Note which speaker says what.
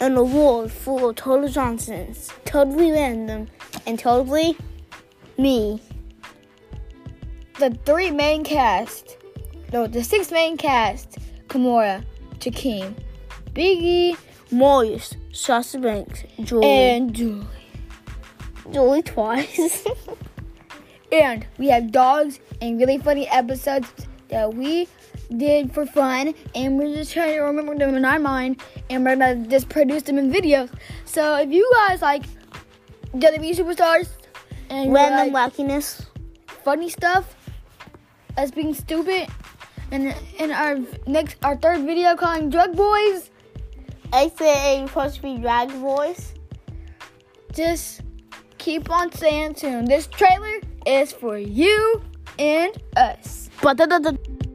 Speaker 1: an award full of total Johnsons, totally random, and totally me.
Speaker 2: The three main cast, no, the six main cast: Kimura, Takeem, Biggie,
Speaker 1: Maurice, Shasta Banks, Julie,
Speaker 2: and Julie.
Speaker 1: Julie twice.
Speaker 2: And we have dogs and really funny episodes that we did for fun. And we're just trying to remember them in our mind. And we're gonna just produce them in videos. So if you guys like WWE superstars and you
Speaker 1: random
Speaker 2: like
Speaker 1: wackiness.
Speaker 2: funny stuff, us being stupid, and in our next our third video calling drug boys,
Speaker 1: AKA supposed to be drag voice.
Speaker 2: just keep on staying tuned. This trailer is for you and us.
Speaker 1: But the, the, the